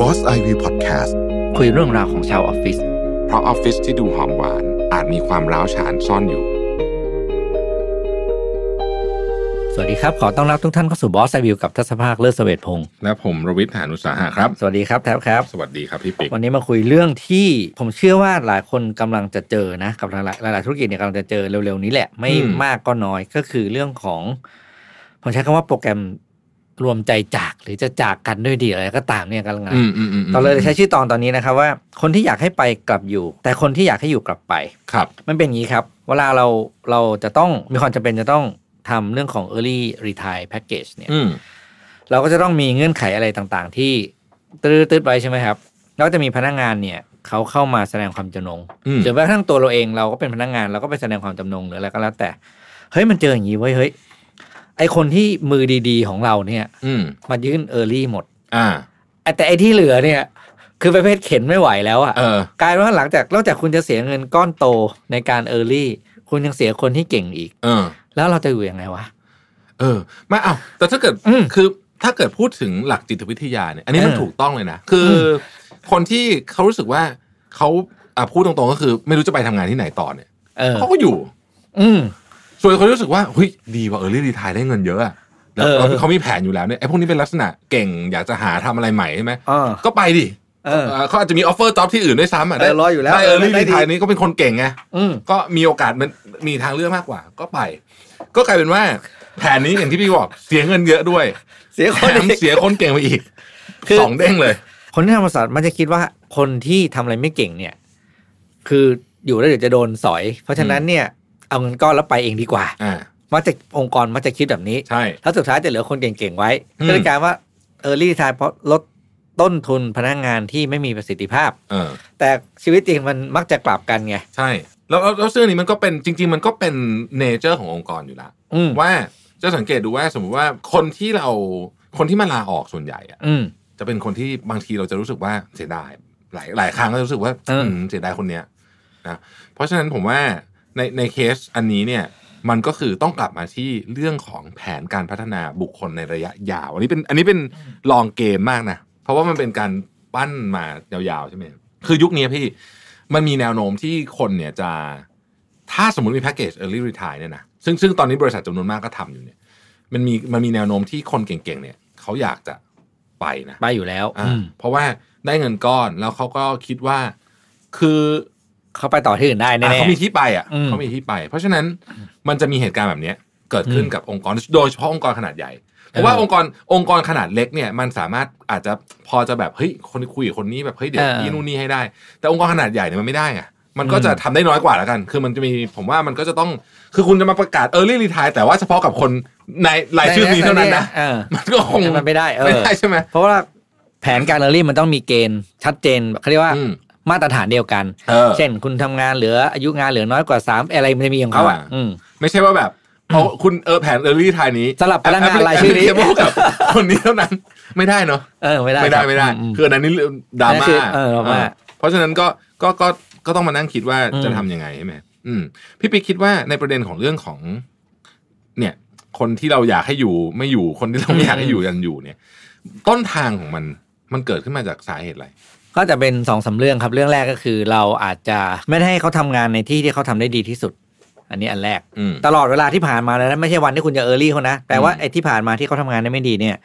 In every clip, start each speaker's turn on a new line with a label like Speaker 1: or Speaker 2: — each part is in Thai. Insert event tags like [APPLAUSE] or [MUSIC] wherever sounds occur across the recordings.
Speaker 1: Post I View Podcast
Speaker 2: คุยเรื่องราวของชาวออฟฟิศ
Speaker 3: เพราะออฟฟิศที่ดูหอมหวาน อาจมีความร้าวฉานซ่อนอยู่
Speaker 2: สวัสดีครับ ขอต้อนรับทุกท่านเข้าสู่บอสไซวิวกับทัศภาคเลิศเสเวตพงศ์
Speaker 3: และผมรวิทย์หานุสาหะครับ
Speaker 2: สวัสดีครับแท็บครับ
Speaker 3: สวัสดีครับพี่ปิ๊ก
Speaker 2: วันนี้มาคุยเรื่องที่ผมเชื่อว่าหลายคนกำลังจะเจอนะกับหลายหลายๆธุรกิจเนี่ยกำลังจะเจอเร็วๆนี้แหละ ไม่มากก็น้อยก็คือเรื่องของ ผมใช้คำว่าโปรแกรมรวมใจจากหรือจะจากกันด้วยดีอะไรก็ตามเนี่ยกำลัง
Speaker 3: อืมอืมอืม
Speaker 2: ตอนเลยใช้ชื่อตอนตอนนี้นะครับว่า คนที่อยากให้ไปกลับอยู่ แต่คนที่อยากให้อยู่กลับไป
Speaker 3: ครับ
Speaker 2: มันเป็นอย่างนี้ครับ เวลาเราเราจะต้องมีความจำเป็นจะต้องทำเรื่องของ early retire package เนี่ย
Speaker 3: อืม
Speaker 2: เราก็จะต้องมีเงื่อนไขอะไรต่างๆ ที่ตืดตืดไว้ใช่ไหมครับ แล้วก็จะมีพนักงานเนี่ยเขาเข้ามาแสดงความจำนง
Speaker 3: อืม
Speaker 2: หรือแม้กระทั่งตัวเราเองเราก็เป็นพนักงานเราก็ไปแสดงความจำนงหรืออะไรก็แล้วแต่เฮ้ยมันเจออย่างนี้เว้ยเฮ้ยไอคนที่มือดีๆ ของเราเนี่ย
Speaker 3: อืม
Speaker 2: มายื่น early หมด
Speaker 3: อ่า
Speaker 2: แต่ไอที่เหลือเนี่ย คือประเภทเข็นไม่ไหวแล้วอะ
Speaker 3: เออ
Speaker 2: กลายเป็นว่าหลังจากนอกจากคุณจะเสียเงินก้อนโตในการเออร์ลี่ คุณยังเสียคนที่เก่งอีก
Speaker 3: เออ
Speaker 2: แล้วเราจะอยู่ยังไงวะ
Speaker 3: เออไม่เอาแต่ถ้าเกิด
Speaker 2: อืม
Speaker 3: คือถ้าเกิดพูดถึงหลักจิตวิทยาเนี่ย อันนี้มัน
Speaker 2: เออ
Speaker 3: ถูกต้องเลยนะ คืออคนที่เขารู้สึกว่าเขาอ่ะพูดตรงๆก็คือ ไม่รู้จะไปทำงานที่ไหนต่อเนี่ย
Speaker 2: เออ
Speaker 3: เขาก็อยู่
Speaker 2: อืม
Speaker 3: ส่วนคนที่รู้สึกว่าเฮ้ยดีว่ะเออรีดีทายได้เงินเยอะอะแล้ว
Speaker 2: เออ
Speaker 3: แล้วเขามีแผนอยู่แล้วเนี่ยไอ้พวกนี้เป็นลักษณะเก่งอยากจะหาทำอะไรใหม่ใช่ไหม
Speaker 2: อ่า
Speaker 3: ก็ไปดิ
Speaker 2: เออ
Speaker 3: เอ่อเขาอาจจะมีออฟเฟอร์จ็อบที่อื่นด้วยซ้ำอ่ะได้
Speaker 2: เออรออยู่แล้ว
Speaker 3: ได้เออรี
Speaker 2: ได้
Speaker 3: ดี
Speaker 2: ดี
Speaker 3: ทายนี้ก็เป็นคนเก่งไง
Speaker 2: อืม
Speaker 3: ก็มีโอกาสมันมีทางเลือกมากกว่า ก็ไป ก็กลายเป็นว่าแผนนี้อย่างที่พี่บอกเสียเงินเยอะด้วย
Speaker 2: เสียค
Speaker 3: แถ
Speaker 2: น
Speaker 3: ม
Speaker 2: อีก
Speaker 3: เสียคนเก่งไปอีก
Speaker 2: คือ
Speaker 3: สองเด้งเลย
Speaker 2: คนที่ทำบริษัทมันจะคิดว่าคนที่ทำอะไรไม่เก่งเนี่ย คืออยู่แล้วเดี๋ยวจะโดนสอย เพราะฉะนั้นเนี่ย เอาเงินก้อนแล้วไปเองดีกว่า
Speaker 3: อ่า
Speaker 2: มักจะองค์กรมักจะคิดแบบนี้
Speaker 3: ใช่
Speaker 2: แล้วสุดท้ายจะเหลือคนเก่งๆไว้
Speaker 3: อืม
Speaker 2: ก็เลยกลายว่าเออร์ลี่ทายเพราะลดต้นทุนพนักงานที่ไม่มีประสิทธิภาพ
Speaker 3: เออ
Speaker 2: แต่ชีวิตจริงมันมักจะกลับกันไง
Speaker 3: ใช่ แล้วแล้วแล้วเรื่องนี้มันก็เป็นจริง ๆ มันก็เป็นเนเจอร์ขององค์กรอยู่แล้ว
Speaker 2: อืม
Speaker 3: ว่าจะสังเกตดูว่าสมมติว่าคนที่เราคนที่มาลาออกส่วนใหญ่อะ
Speaker 2: อืม
Speaker 3: จะเป็นคนที่บางทีเราจะรู้สึกว่าเสียดายหลายหลายครั้งก็จะรู้สึกว่า
Speaker 2: เอออื
Speaker 3: มเสียดายคนเนี้ยนะเพราะฉะนั้นผมว่าในในเคสอันนี้เนี่ยมันก็คือต้องกลับมาที่เรื่องของแผนการพัฒนาบุคคลในระยะยาว อันนี้เป็นอันนี้เป็นลองเกมมากนะเพราะว่ามันเป็นการปั้นมายาวๆใช่ไหมคือยุคนี้พี่มันมีแนวโน้มที่คนเนี่ยจะ ถ้าสมมติมีแพ็กเกจ early retire เนี่ยนะซึ่งซึ่งตอนนี้บริษัทจำนวนมากก็ทำอยู่เนี่ย มันมีมันมีแนวโน้มที่คนเก่งๆเนี่ยเขาอยากจะไปนะ
Speaker 2: ไปอยู่แล้ว
Speaker 3: อ่า
Speaker 2: อืม
Speaker 3: เพราะว่าได้เงินก้อนแล้วเขาก็คิดว่าคือ
Speaker 2: เขาไปต่อที่อื่นได้
Speaker 3: อ่ะ
Speaker 2: แน่
Speaker 3: เขามีที่ไปอ่ะ
Speaker 2: อืม
Speaker 3: เขามีที่ไป เพราะฉะนั้นมันจะมีเหตุการณ์แบบเนี้ยเกิดขึ้น
Speaker 2: อืม
Speaker 3: กับองค์กรโดยเฉพาะองค์กรขนาดใหญ่เพราะว่า
Speaker 2: เออ
Speaker 3: องค์กรองค์กรขนาดเล็กเนี่ยมันสามารถอาจจะพอจะแบบเฮ้ยคนคุยกับคนนี้แบบเฮ้ยเดี๋ยว
Speaker 2: เออ
Speaker 3: นี่นู่นนี่ให้ได้ แต่องค์กรขนาดใหญ่เนี่ยมันไม่ได้อ่ะมันก็จะ
Speaker 2: อืม
Speaker 3: ทำได้น้อยกว่าแล้วกัน คือมันจะมีผมว่ามันก็จะต้องคือคุณจะมาประกาศเออร์ลี่รีทายแต่ว่าเฉพาะกับคนใน
Speaker 2: ๆ
Speaker 3: รายชื่อนี้เท่านั้นนะ
Speaker 2: เออ
Speaker 3: มันก็คง
Speaker 2: มันไม่ได้เอ
Speaker 3: ไม่
Speaker 2: อ
Speaker 3: ได้ใช่ไหม
Speaker 2: เพราะว่าแผนการเออรี่มันต้องมีเกณฑ์ชัดเจนเขาเรียกว่า
Speaker 3: อืม
Speaker 2: มาตรฐานเดียวกัน
Speaker 3: เออ
Speaker 2: เช่นคุณทำงานเหลืออายุงานเหลือน้อยกว่าสามอะไรมันจะมีของเขาอ่ะ
Speaker 3: อ่า
Speaker 2: อืม
Speaker 3: ไม่ใช่ว่าแบบเอาคุณเออแผนเออรี่ทายนี้
Speaker 2: สลับพนักงานรายชื่อนี้
Speaker 3: เทียบ [LAUGHS] กับคนนี้เท่านั้นไม่ได้เนาะ
Speaker 2: เออไม่ได้
Speaker 3: ไม่ได้ไม่ได้
Speaker 2: อืม
Speaker 3: คืออันนั้นนี่เรื่องดรา
Speaker 2: อัน
Speaker 3: ม่า
Speaker 2: นั้นคือเออดราม่า
Speaker 3: เออเพราะฉะนั้นก็ก็ก็ก็ต้องมานั่งคิดว่า
Speaker 2: อืม
Speaker 3: จะทำยังไงใช่ไหมอืมพี่ปีคิดว่าในประเด็นของเรื่องของ เนี่ย คนที่เราอยากให้อยู่ไม่อยู่คนที่เราไม่อยากให้อยู่ยังอยู่เนี่ย ต้นทางของมันมันเกิดขึ้นมาจากสาเหตุอะไร
Speaker 2: ก็จะเป็นสองสามเรื่องครับ เรื่องแรกก็คือเราอาจจะไม่ได้ให้เขาทำงานในที่ที่เขาทำได้ดีที่สุด อันนี้อันแรก
Speaker 3: อืม
Speaker 2: ตลอดเวลาที่ผ่านมาแล้วนะไม่ใช่วันที่คุณจะเออร์ลี่เขานะแปลว่า
Speaker 3: อืม
Speaker 2: ไอ้ที่ผ่านมาที่เขาทำงานได้ไม่ดีเนี่ย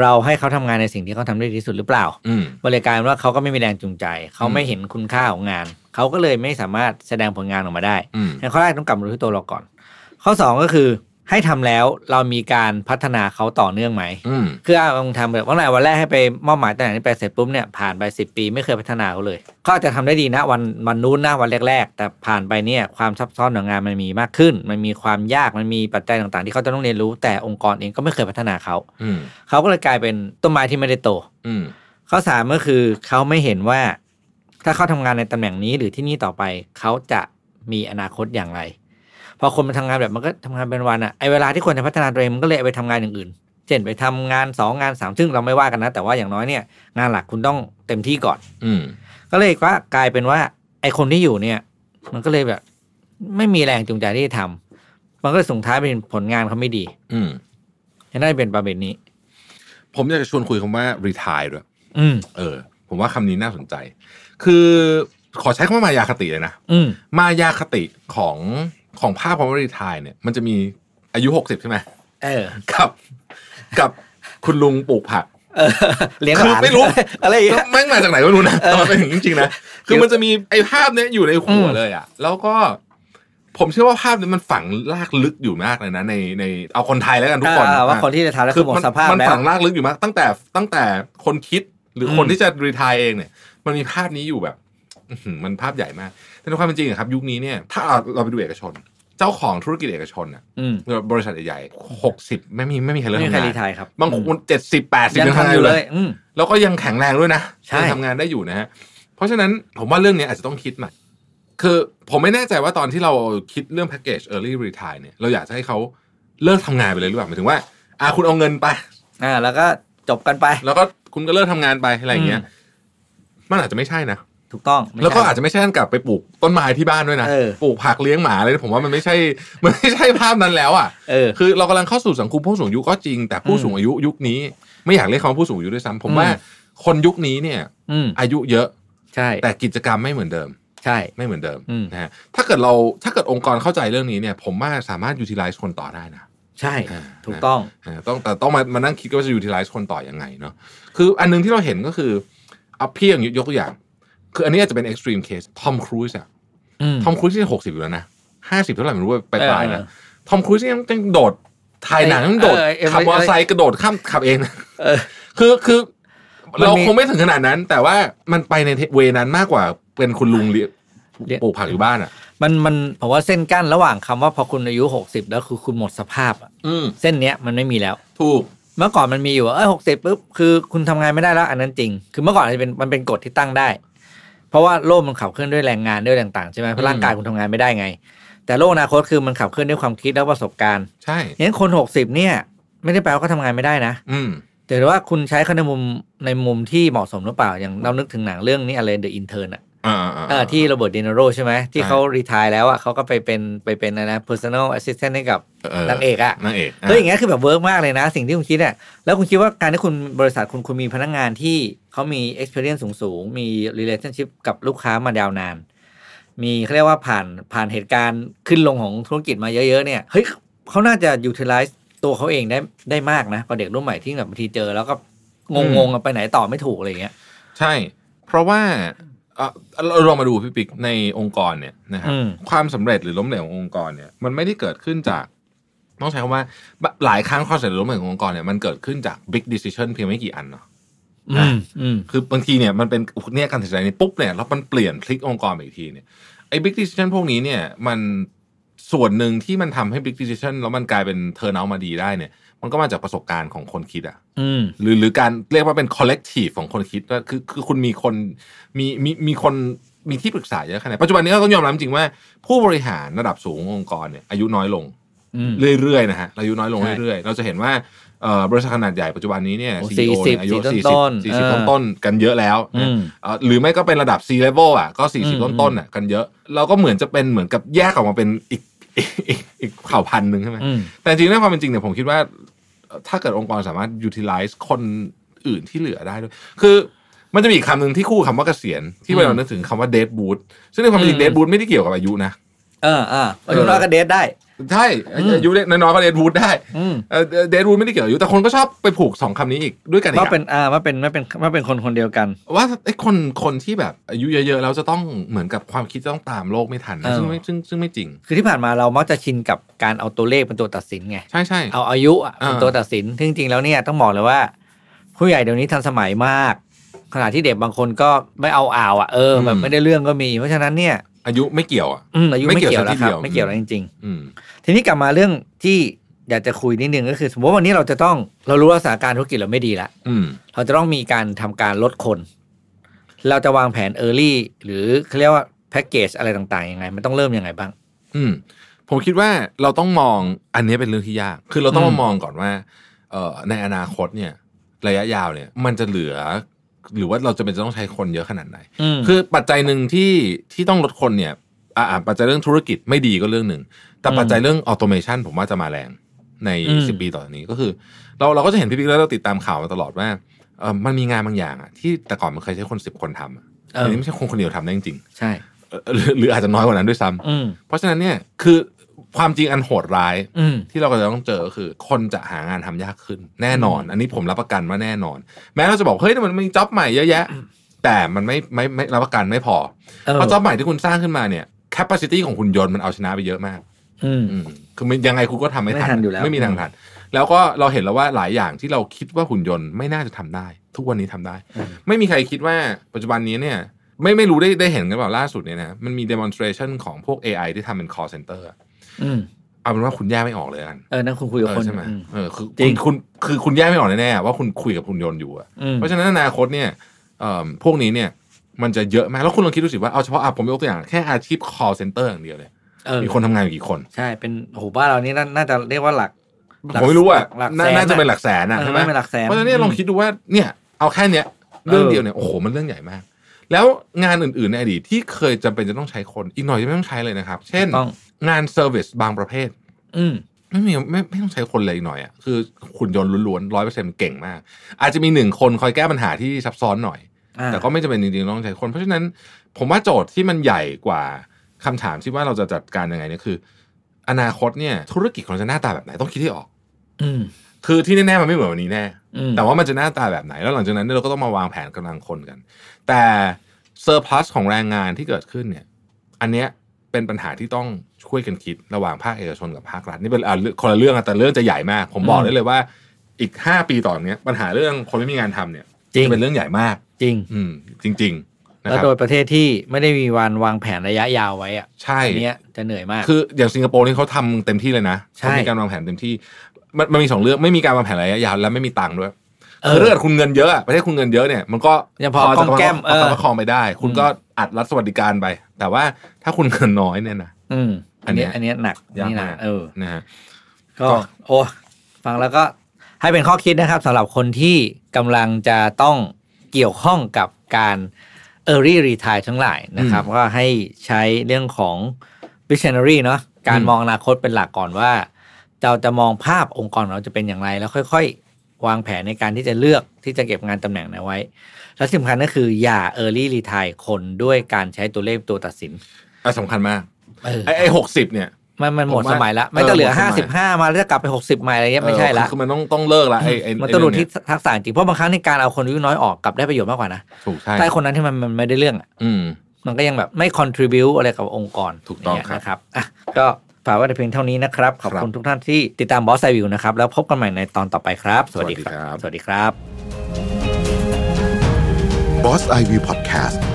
Speaker 2: เราให้เขาทำงานในสิ่งที่เขาทำได้ดีที่สุดหรือเปล่า
Speaker 3: อืม
Speaker 2: บริการว่าเขาก็ไม่มีแรงจูงใจ เขา
Speaker 3: อืม
Speaker 2: ไม่เห็นคุณค่าของงาน เขาก็เลยไม่สามารถแสดงผลงานออกมาได้
Speaker 3: อืม
Speaker 2: งั้นข้อแรกต้องกลับมาดูที่ตัวเราก่อน ข้อสองก็คือให้ทำแล้วเรามีการพัฒนาเขาต่อเนื่องไหม
Speaker 3: อืม
Speaker 2: คือเอาลองทำแบบว่าไหนวันแรกให้ไปมอบหมายตำแหน่งนี้ไปเสร็จปุ๊บเนี่ยผ่านไปสิปีไม่เคยพัฒนาเขาเลยเขาอาจจะทำได้ดีนะวันวันนู้นนะวันแรก ๆ แต่ผ่านไปเนี่ยความซับซ้อนของงานมันมีมากขึ้น มันมีความยากมันมีปัจจัยต่างๆ ที่เขาจะต้องเรียนรู้ แต่องค์กรเองก็ไม่เคยพัฒนาเขา
Speaker 3: อืม
Speaker 2: เขาก็เลยกลายเป็นต้นไม้ที่ไม่ได้โต
Speaker 3: อืม
Speaker 2: ข้อสามก็คือเขาไม่เห็นว่า ถ้าเขาทำงานในตำแหน่งนี้หรือที่นี่ต่อไปเขาจะมีอนาคตอย่างไร พอคนมันทำงานแบบมันก็ทำงานเป็นวันอะไอเวลาที่ควรจะพัฒนาตัวเองมันก็เลยเอาไปทำงานอย่างอื่น เช่นไปทำงานสองงานสามซึ่งเราไม่ว่ากันนะ แต่ว่าอย่างน้อยเนี่ยงานหลักคุณต้องเต็มที่ก่อน
Speaker 3: อืม
Speaker 2: ก็เลยว่ากลายเป็นว่า ไอคนที่อยู่เนี่ย มันก็เลยแบบ ไม่มีแรงจูงใจที่จะทำมันก็เลยส่งท้ายเป็นผลงานเขาไม่ดี
Speaker 3: อืม
Speaker 2: น่าจะเป็นประเภทนี้
Speaker 3: ผมอยากจะชวนคุยคำว่า retire ด้วย
Speaker 2: อืม
Speaker 3: เออ ผมว่าคำนี้น่าสนใจ คือขอใช้คำว่ามายาคติเลยนะ
Speaker 2: อืม
Speaker 3: มายาคติของของภาพของวารีไทยเนี่ย มันจะมีอายุหกสิบใช่ไหม
Speaker 2: เออ
Speaker 3: กับกับคุณลุงปลูกผัก
Speaker 2: เออเลี้ยงหลาน
Speaker 3: คือไม่รู้
Speaker 2: [LAUGHS] อะไรอย่างเงี้ย
Speaker 3: แม่งมาจากไหนไม่รู้นะแต่มันเป็นอย่างนี้จริงๆนะ คือมันจะมีไอ้ภาพเนี้ยอยู่ในหัว
Speaker 2: อืม
Speaker 3: เลยอ่ะ แล้วก็ ผมเชื่อว่าภาพเนี้ยมันฝังลากลึกอยู่มากเลยนะ ในในเอาคนไทยแล้วกันทุกคน
Speaker 2: อ่าว่า
Speaker 3: อ่ะ
Speaker 2: คนที่จะทำแล้ว
Speaker 3: คื
Speaker 2: คือ อหมด
Speaker 3: มัน
Speaker 2: สภาพ
Speaker 3: มัน
Speaker 2: แล้ว
Speaker 3: ฝังลากลึกอยู่มาก ตั้งแต่ตั้งแต่คนคิดหรืออ
Speaker 2: ม
Speaker 3: คนที่จะรีไทายเองเนี่ย มันมีภาพนี้อยู่แบบ อื้อหือมันภาพใหญ่มาก แต่ในความเป็นจริงอะครับ ยุคนี้เนี่ยถ้าเราไปดูเอกชน เจ้าของธุรกิจเอกชนอ่ะ
Speaker 2: อืม
Speaker 3: บริษัทใหญ่ๆหกสิบไม่มีไม่มีใครเลิก
Speaker 2: ไม่มีใครง
Speaker 3: ทำา
Speaker 2: รี
Speaker 3: น
Speaker 2: ไทยครับ
Speaker 3: บางคนเจ็ดสิบแปดสิบ
Speaker 2: ยัง
Speaker 3: ยังทำ
Speaker 2: ทำ
Speaker 3: งาน
Speaker 2: อ
Speaker 3: อยู่ยู่
Speaker 2: เล
Speaker 3: เลย
Speaker 2: ย อืม
Speaker 3: แล้วก็ยังแข็งแรงด้วยนะ
Speaker 2: ใช่
Speaker 3: ยังทำงานได้อยู่นะฮะ เพราะฉะนั้นผมว่าเรื่องเนี้ยอาจจะต้องคิดใหม่ คือผมไม่แน่ใจว่าตอนที่เราคิดเรื่องแพ็กเกจ early retire เนี่ย เราอยากจะให้เขาเลิกทำงานไปเลยหรือเปล่าหมายถึงว่าอ่ะคุณเอาเงินไป
Speaker 2: อ่า แล้วก็จบกันไป
Speaker 3: แล้วก็คุณก็เลิกทำงานไปอะไรอย่างเงี้ย มันอาจจะไม่ใช่นะ
Speaker 2: ถูกต้องไม่ใช่
Speaker 3: แล้วก็อาจจะไม่ใช่การกลับไปปลูกต้นไม้ที่บ้านด้วยนะ
Speaker 2: เออ
Speaker 3: ปลูกผักเลี้ยงหมาเลยผมว่ามันไม่ใช่ [LAUGHS] มันไม่ใช่ภาพนั้นแล้วอ่ะ
Speaker 2: เออ
Speaker 3: คือเรากำลังเข้าสู่สังคมผู้สูงอายุก็จริงแต่ผู้สูงอายุยุคนี้ไม่อยากเรียกคำว่าผู้สูงอายุด้วยซ้ำผมว่า
Speaker 2: อืม
Speaker 3: คนยุคนี้เนี่ย
Speaker 2: อืม
Speaker 3: อายุเยอะ
Speaker 2: ใช่
Speaker 3: แต่กิจกรรมไม่เหมือนเดิม
Speaker 2: ใช่
Speaker 3: ไม่เหมือนเดิม
Speaker 2: อืม
Speaker 3: นะฮะถ้าเกิดเราถ้าเกิดองค์กรเข้าใจเรื่องนี้เนี่ย ผมว่าสามารถ utilize คนต่อได้นะ
Speaker 2: ใช่ ถูกต้อง
Speaker 3: นะฮะต้องแต่ต้องมามานั่งคิดว่าจะ utilize คนต่อยังไงเนาะคืออันหนึงที่เราเห็นก็คือเอาพี่อย่างยกตัวอย่าง คืออันนี้อาจจะเป็น extreme case ทอมครูซอะ
Speaker 2: อืม
Speaker 3: ทอมครูซที่หกสิบอยู่แล้วนะห้าสิบเท่าไหร่ไม่รู้ว่าไปปลายๆนะ
Speaker 2: เออ
Speaker 3: ทอมครูซยังยังโดดถ่ายหนังยังโดด
Speaker 2: เออเออ
Speaker 3: ขับมอเตอร์ไซค์กระโดดข้ามขับเองนะ
Speaker 2: เออ
Speaker 3: คือคือ
Speaker 2: มันมี
Speaker 3: เราคงไม่ถึงขนาดนั้น แต่ว่ามันไปในเวนั้นมากกว่าเป็นคุณลุงเลี้ยง ปลูกผักอยู่บ้านอ่ะ
Speaker 2: มันมันผมว่าเส้นกั้นระหว่างคำว่าพอคุณอายุหกสิบแล้วคือคุณหมดสภาพอะ
Speaker 3: อืม
Speaker 2: เส้นเนี้ยมันไม่มีแล้ว
Speaker 3: ถูก
Speaker 2: เมื่อก่อนมันมีอยู่ว่าเออหกสิบปุ๊บคือคุณทำงานไม่ได้แล้วอันนั้นจริง คือเมื่อก่อนอาจจะเป็นมันเป็นกฎที่ตั้งได้ เพราะว่าโลกมันขับเคลื่อนด้วยแรงงานด้วยอะไรต่างๆใช่ไหมเพราะร่างกายคุณทำงานไม่ได้ไง แต่โลกอนาคตคือมันขับเคลื่อนด้วยความคิดและประสบการณ์
Speaker 3: ใช่
Speaker 2: งั้นคนหกสิบเนี่ย ไม่ได้แปลว่าเขาทำงานไม่ได้นะ
Speaker 3: อืม
Speaker 2: แต่ว่าคุณใช้เขาในมุมในมุมที่เหมาะสมหรือเปล่าอย่างเรานึกถึงหนังเรื่องนี้อะไร The Intern อะ
Speaker 3: อ่า
Speaker 2: เออที่โรเบิร์ตเดนโรใช่ไหมที่เขารีทายแล้วอะเขาก็ไปเป็นไปเป็นอะไรนะ personal assistant ให้กับนางเอกอะ
Speaker 3: นางเอก
Speaker 2: เฮ้ยอย่างเงี้ยคือแบบเวิร์กมากเลยนะ สิ่งที่คุณคิดอ่ะแล้วคุณคิดว่าการที่คุณบริษัทคุณคุณมีพนักงานที่เขามี experience สูงสูงๆมี relationship กับลูกค้ามายาวนาน มีเขาเรียกว่าผ่านผ่านเหตุการณ์ขึ้นลงของธุรกิจมาเยอะ ๆ เนี่ยเฮ้ยเขาน่าจะ utilize ตัวเขาเองได้ได้มากนะกว่าเด็กรุ่นใหม่ที่แบบบางทีเจอ แล้วก็งงๆอะไปไหนต่อไม่ถูกอะไรอย่างเงี้ย
Speaker 3: ใช่ เพราะว่าเอ่อเราลองมาดูพี่ปิ๊กในองค์กรเนี่ยนะครับ
Speaker 2: อืม
Speaker 3: ความสำเร็จหรือล้มเหลวขององค์กรเนี่ย มันไม่ได้เกิดขึ้นจาก ต้องใช้คำว่า หลายครั้งความสำเร็จหรือล้มเหลวขององค์กรเนี่ย มันเกิดขึ้นจาก big decision เพียงไม่กี่อันเนาะ
Speaker 2: อืมอืม
Speaker 3: คือบางทีเนี่ยมันเป็นเนี่ยการตัดสินใจนี้ปุ๊บเนี่ยแล้วมันเปลี่ยนพลิกองค์กรไปอีกทีเนี่ยไอ้บิ๊กดิส i ชันพวกนี้เนี่ยมันส่วนหนึ่งที่มันทำให้บิ๊กดิส i ชันแล้วมันกลายเป็นเทอร์น t มาดีได้เนี่ย มันก็มาจากประสบการณ์ของคนคิดอะ
Speaker 2: อืม
Speaker 3: หรือหรือการเรียกว่าเป็น collective ของคนคิดว่าคือคือคุณมีคนมีมีมีคนมีที่ปรึกษาเยอะขนาดไหนปัจจุบันนี้ก็ต้องยอมรับจริงว่า ผู้บริหารระดับสูงขององค์กรเนี่ยอายุน้อยลง
Speaker 2: อืม
Speaker 3: เรื่อยๆนะฮะอายุน้อยลง
Speaker 2: ใช่
Speaker 3: เรื่อยๆ เราจะเห็นว่าเอ่อบริษัทขนาดใหญ่ปัจจุบันนี้เนี่ย
Speaker 2: โอ้
Speaker 3: ซีอีโอ
Speaker 2: 40
Speaker 3: อายุ
Speaker 2: 40
Speaker 3: สี่สิบสี่สิบต้นๆกันเยอะแล้ว
Speaker 2: อื
Speaker 3: นะ
Speaker 2: ม
Speaker 3: เอ่อหรือไม่ก็เป็นระดับ C level อ่ะก็
Speaker 2: อืม
Speaker 3: 40 ต้นๆอ่ะกันเยอะ เราก็เหมือนจะเป็นเหมือนกับแยกออกมาเป็นอีกอีกอีกอีกเผ่าพันธุ์หนึ่งใช่ไหม
Speaker 2: อืม
Speaker 3: แต่จริงๆในความเป็นจริงเนี่ยผมคิดว่าเอ่อถ้าเกิดองค์กรสามารถ utilize คนอื่นที่เหลือได้ด้วย คือมันจะมีอีกคำหนึ่งที่คู่คำว่าเกษียณที่เวลาเรานึกถึงคำว่า dead boot ซึ่งในความเป็นจริง dead boot ไม่ได้เกี่ยวกับอายุนะ
Speaker 2: เอออ่าอายุน้อยก็เดทได้
Speaker 3: ใช่อายุเล็กน้อยๆก็ dead boot ได้
Speaker 2: อืม
Speaker 3: เอ่อเดรูไม่ได้เกี่ยวอายุแต่คนก็ชอบไปผูกสองคำนี้อีกด้วยกันอีก
Speaker 2: ว่า
Speaker 3: อะ
Speaker 2: เป็นอ่าว่าเป็นว่าเป็นว่าเป็นคนคนเดียวกัน
Speaker 3: ว่าไอ้คนคนที่แบบอายุเยอะๆแล้วจะต้องเหมือนกับความคิดจะต้องตามโลกไม่ทันนะ
Speaker 2: เออ
Speaker 3: ซึ่งไม่ซึ่งซึ่งไม่จริง
Speaker 2: คือที่ผ่านมาเรามักจะชินกับการเอาตัวเลขเป็นตัวตัดสินไง
Speaker 3: ใช่ใช่
Speaker 2: เอาอายุอะ
Speaker 3: อ่า
Speaker 2: เป็นตัวตัดสินซึ่งจริงๆแล้วเนี่ยต้องบอกเลยว่า ผู้ใหญ่เดี๋ยวนี้ทันสมัยมาก ขณะที่เด็กบางคนก็ไม่เอาอ่าวอ่ะเอออแบบไม่ได้เรื่องก็มี เพราะฉะนั้นเนี่ย
Speaker 3: อายุไม่เกี่ยวอ่ะ
Speaker 2: อืมอายุ
Speaker 3: ไม่
Speaker 2: ไม่
Speaker 3: เกี่ยว
Speaker 2: เกี่ยวแล้วค
Speaker 3: สัก
Speaker 2: รับ
Speaker 3: ทีเดียว
Speaker 2: ไม่เกี่ยวแล้วจริง
Speaker 3: อืม
Speaker 2: ๆ ทีนี้กลับมาเรื่องที่อยากจะคุยนิดนึงก็คือ สมมติว่าวันนี้เราจะต้องเรารู้ว่าสถานการณ์ธุรกิจเราไม่ดีละ
Speaker 3: อืม
Speaker 2: เราจะต้องมีการทำการลดคน เราจะวางแผน Early หรือเขาเรียกว่าแพ็กเกจอะไรต่างๆยังไง มันต้องเริ่มยังไงบ้าง
Speaker 3: อืม ผมคิดว่าเราต้องมองอันนี้เป็นเรื่องที่ยาก คือเราต้อง
Speaker 2: อืม
Speaker 3: มามองก่อนว่าเอ่อในอนาคตเนี่ย ระยะยาวเนี่ย มันจะเหลือ หรือว่าเราจะเป็นจะต้องใช้คนเยอะขนาดไหน
Speaker 2: อืม
Speaker 3: คือปัจจัยหนึ่งที่ที่ต้องลดคนเนี่ยอ่าอ่าปัจจัยเรื่องธุรกิจไม่ดีก็เรื่องหนึ่ง แต่
Speaker 2: อืม
Speaker 3: ปัจจัยเรื่องออโตเมชันผมว่าจะมาแรงใน
Speaker 2: อืม
Speaker 3: สิบปีต่อจากนี้ก็คือ เราเราก็จะเห็นพี่ปิ๊กแล้วเราติดตามข่าวมาตลอดว่า เออมันมีงานบางอย่างอะที่แต่ก่อนมันเคยใช้คนสิบคนทำอะ
Speaker 2: เอ
Speaker 3: อัน
Speaker 2: อ
Speaker 3: นี้ไม่ใช่คนคนเดียวทำได้จริง
Speaker 2: ใช่
Speaker 3: ๆเอ่อหรือหรืออาจจะน้อยกว่านั้นด้วยซ้ำ
Speaker 2: อืม
Speaker 3: เพราะฉะนั้นเนี่ยคือความจริงอันโหดร้าย
Speaker 2: อืม
Speaker 3: ที่เราก็จะต้องเจอก็คือ คนจะหางานทำยากขึ้น แน่นอน อันนี้ผมรับประกันว่าแน่นอน แม้เราจะบอกเฮ้ยแต่มันมีจ็อบใหม่เยอะแยะ แต่มันไม่ไม่ไม่รับประกันไม่พอ
Speaker 2: เออ
Speaker 3: เพราะจ็อบใหม่ที่คุณสร้างขึ้นมาเนี่ยแคปซิตี้ของหุ่นยนต์มันเอาชนะไปเยอะมาก
Speaker 2: อืม
Speaker 3: อืมคือมันยังไงคุณก็ทำไม่
Speaker 2: ไม่ทันอยู่แล้ว
Speaker 3: ไม่มีทางทันแล้วก็เราเห็นแล้วว่าหลายอย่างที่เราคิดว่าหุ่นยนต์ไม่น่าจะทำได้ ทุกวันนี้ทำได้ ไม่มีใครคิดว่าปัจจุบันนี้เนี่ย ไม่ไม่รู้ได้ได้เห็นกันเปล่าล่าสุดเนี่ยนะมันมี demonstration ของพวก AI ที่ทำเป็น call center อะ
Speaker 2: อืม
Speaker 3: เอาเป็นว่าคุณแยกไม่ออกเลยละกัน
Speaker 2: เออนั่นคุณคุยกับ
Speaker 3: เอ
Speaker 2: ค
Speaker 3: อน ใช่ไหม
Speaker 2: อืม
Speaker 3: เออคือ
Speaker 2: จริ
Speaker 3: คุณ
Speaker 2: ง
Speaker 3: คุณคือคุณแยกไม่ออกแน่ๆว่าคุณคุยกับหุ่นยนต์อยู่อะ
Speaker 2: อืม
Speaker 3: เพราะฉะนั้นอนาคตเนี่ยเอ่อพวกนี้เนี่ยมันจะเยอะมากแล้วคุณลองคิดดูสิว่าเอาเฉพาะอ่ะผมยกตัวอย่างแค่อาชีพ call center อย่างเดียวเลย
Speaker 2: เออ
Speaker 3: มีคนทำงานอยู่กี่คน
Speaker 2: ใช่เป็นโอ้โหบ้านเรานี่น่าน่าจะเรียกว่าหลัก หลัก
Speaker 3: ผมไม่รู้อ่ะ
Speaker 2: หลัก
Speaker 3: น่า
Speaker 2: แสน
Speaker 3: น่าจะเป็นหลักแสนนะ
Speaker 2: เออ
Speaker 3: ใช่ไหม
Speaker 2: น่าเป็นหลักแสน
Speaker 3: เพราะฉะนั้นเนี่ยลองคิดดูว่าเนี่ยเอาแค่เนี้ยเรื่องเดียวเนี่ยโอ้โหมันเรื่องใหญ่มาก แล้วงานอื่นๆในอดีตที่เคยจำเป็นจะต้องใช้คนอีกหน่อยจะไม่ต้องใช้เลยนะครับ เช่น
Speaker 2: ถูกต้อง
Speaker 3: งานเซอร์วิสบางประเภท
Speaker 2: อืม
Speaker 3: ไม่มีไม่ไม่ต้องใช้คนเลยอีกหน่อยอ่ะคือหุ่นยนต์ล้วนๆร้อยเปอร์เซ็นต์เก่งมาก อาจจะมีหนึ่งคนคอยแก้ปัญหาที่ซับซ้อนหน่อย
Speaker 2: อ่า
Speaker 3: แต่ก็ไม่จำเป็นจริงๆต้องใช้คน เพราะฉะนั้นผมว่าโจทย์ที่มันใหญ่กว่าคำถามที่ว่าเราจะจัดการยังไงเนี่ยคือ อนาคตเนี่ยธุรกิจของเราจะหน้าตาแบบไหนต้องคิดให้ออก
Speaker 2: อืม
Speaker 3: คือที่แน่ๆมันไม่เหมือนวันนี้แน่
Speaker 2: อืม
Speaker 3: แต่ว่ามันจะหน้าตาแบบไหน แล้วหลังจากนั้นเนยเราก็ต้องมาวางแผนกำลังคนกัน แต่เซอร์พลัสของแรงงานที่เกิดขึ้นเนี่ย อันเนี้ยเป็นปัญหาที่ต้องช่วยกันคิดระหว่างภาคเอกชนกับภาครัฐนี่เป็นอ่ะคนละเรื่องอะแต่เรื่องจะใหญ่มาก ผมบอกได้เลยว่าอีก 5 ปีต่อเนี้ยปัญหาเรื่องคนไม่มีงานทำเนี่ย
Speaker 2: จริง
Speaker 3: จะเป็นเรื่องใหญ่มาก
Speaker 2: จริง
Speaker 3: อืม จริง ๆ นะ
Speaker 2: แล้
Speaker 3: ค
Speaker 2: ว
Speaker 3: รับ
Speaker 2: โดยประเทศที่ไม่ได้มีวันวางแผนระยะยาวไว้อะ
Speaker 3: ใช่
Speaker 2: อันเนี้ยจะเหนื่อยมาก
Speaker 3: คืออย่างสิงคโปร์นี่เขาทำเต็มที่เลยนะ
Speaker 2: ใช่
Speaker 3: เขามีการวางแผนเต็มที่มันมันมีสองเรื่องไม่มีการวางแผนระยะยาวและไม่มีตังค์ด้วย
Speaker 2: เอ
Speaker 3: คือ
Speaker 2: อ
Speaker 3: ถ้าเกิดคุณเงินเยอะอะประเทศคุณเงินเยอะเนี่ยมันก็
Speaker 2: ยังพอ
Speaker 3: จะ
Speaker 2: กองแก้ม
Speaker 3: ประคับ
Speaker 2: เออ
Speaker 3: ประคองไปได้ คุณก็อัดรัฐสวัสดิการไป แต่ว่าถ้าคุณเงินน้อยเนี่ยนะ
Speaker 2: อืมอันเนี้ย
Speaker 3: อั
Speaker 2: อั
Speaker 3: น
Speaker 2: น
Speaker 3: เนี้ย
Speaker 2: เนี้ยหนัก
Speaker 3: ยาก
Speaker 2: นี่หนัก
Speaker 3: มาก
Speaker 2: เออ
Speaker 3: นะฮะ
Speaker 2: ก็
Speaker 3: ก็
Speaker 2: โอ้ฟังแล้วก็ให้เป็นข้อคิดนะครับสำหรับคนที่กำลังจะต้องเกี่ยวข้องกับการ Early Retire ทั้งหลายนะครับ ก็ให้ใช้เรื่องของ Visionary เนาะการ
Speaker 3: อืม
Speaker 2: มองอนาคตเป็นหลักก่อนว่า เราจะมองภาพองค์กรของเราจะเป็นอย่างไร แล้วค่อยๆ วางแผนในการที่จะเลือกที่จะเก็บงานตำแหน่งนั้นไว้ และสำคัญก็คืออย่า Early Retire คนด้วยการใช้ตัวเลขตัวตัดสิน
Speaker 3: อ่ะสำคัญมาก
Speaker 2: เออ
Speaker 3: ไอ้ไอ้หกสิบเนี่ย
Speaker 2: มันมันหม
Speaker 3: ผ
Speaker 2: ด
Speaker 3: มว่า
Speaker 2: สมัยละไม่ต้องเหลือ
Speaker 3: เออหมดสมัย
Speaker 2: ห้าสิบห้ามาแล้วจะกลับไปหกสิบใหม่อะไรเงี้ยไม่ใช่ละ
Speaker 3: เออคือคือมันต้องต้องเลิกละไอ้ไอ้
Speaker 2: มันต้องดูที่
Speaker 3: ไเย
Speaker 2: ทักษะจริงเพราะบางครั้งในการเอาคนอายุน้อยออกกลับได้ประโยชน์มากกว่านะ
Speaker 3: ถูกใช่
Speaker 2: ถ้าไอ้คนนั้นที่มันมันไม่ได้เรื่องอะ
Speaker 3: อืม
Speaker 2: มันก็ยังแบบไม่ contribu อะไรกับองค์กร
Speaker 3: ถูกต้อง
Speaker 2: ย่า
Speaker 3: ครับ
Speaker 2: เยนะครับอ่ะก็ฝากไว้แต่เพียงเท่านี้นะครับ ขอบ
Speaker 3: ครับ
Speaker 2: คุณทุกท่านที่ติดตามบอสไซวิวนะครับ แล้วพบกันใหม่ในตอนต่อไปครับ
Speaker 3: สวัสดีครับ
Speaker 2: สวัสดีครับ
Speaker 1: b o s s i v y Podcast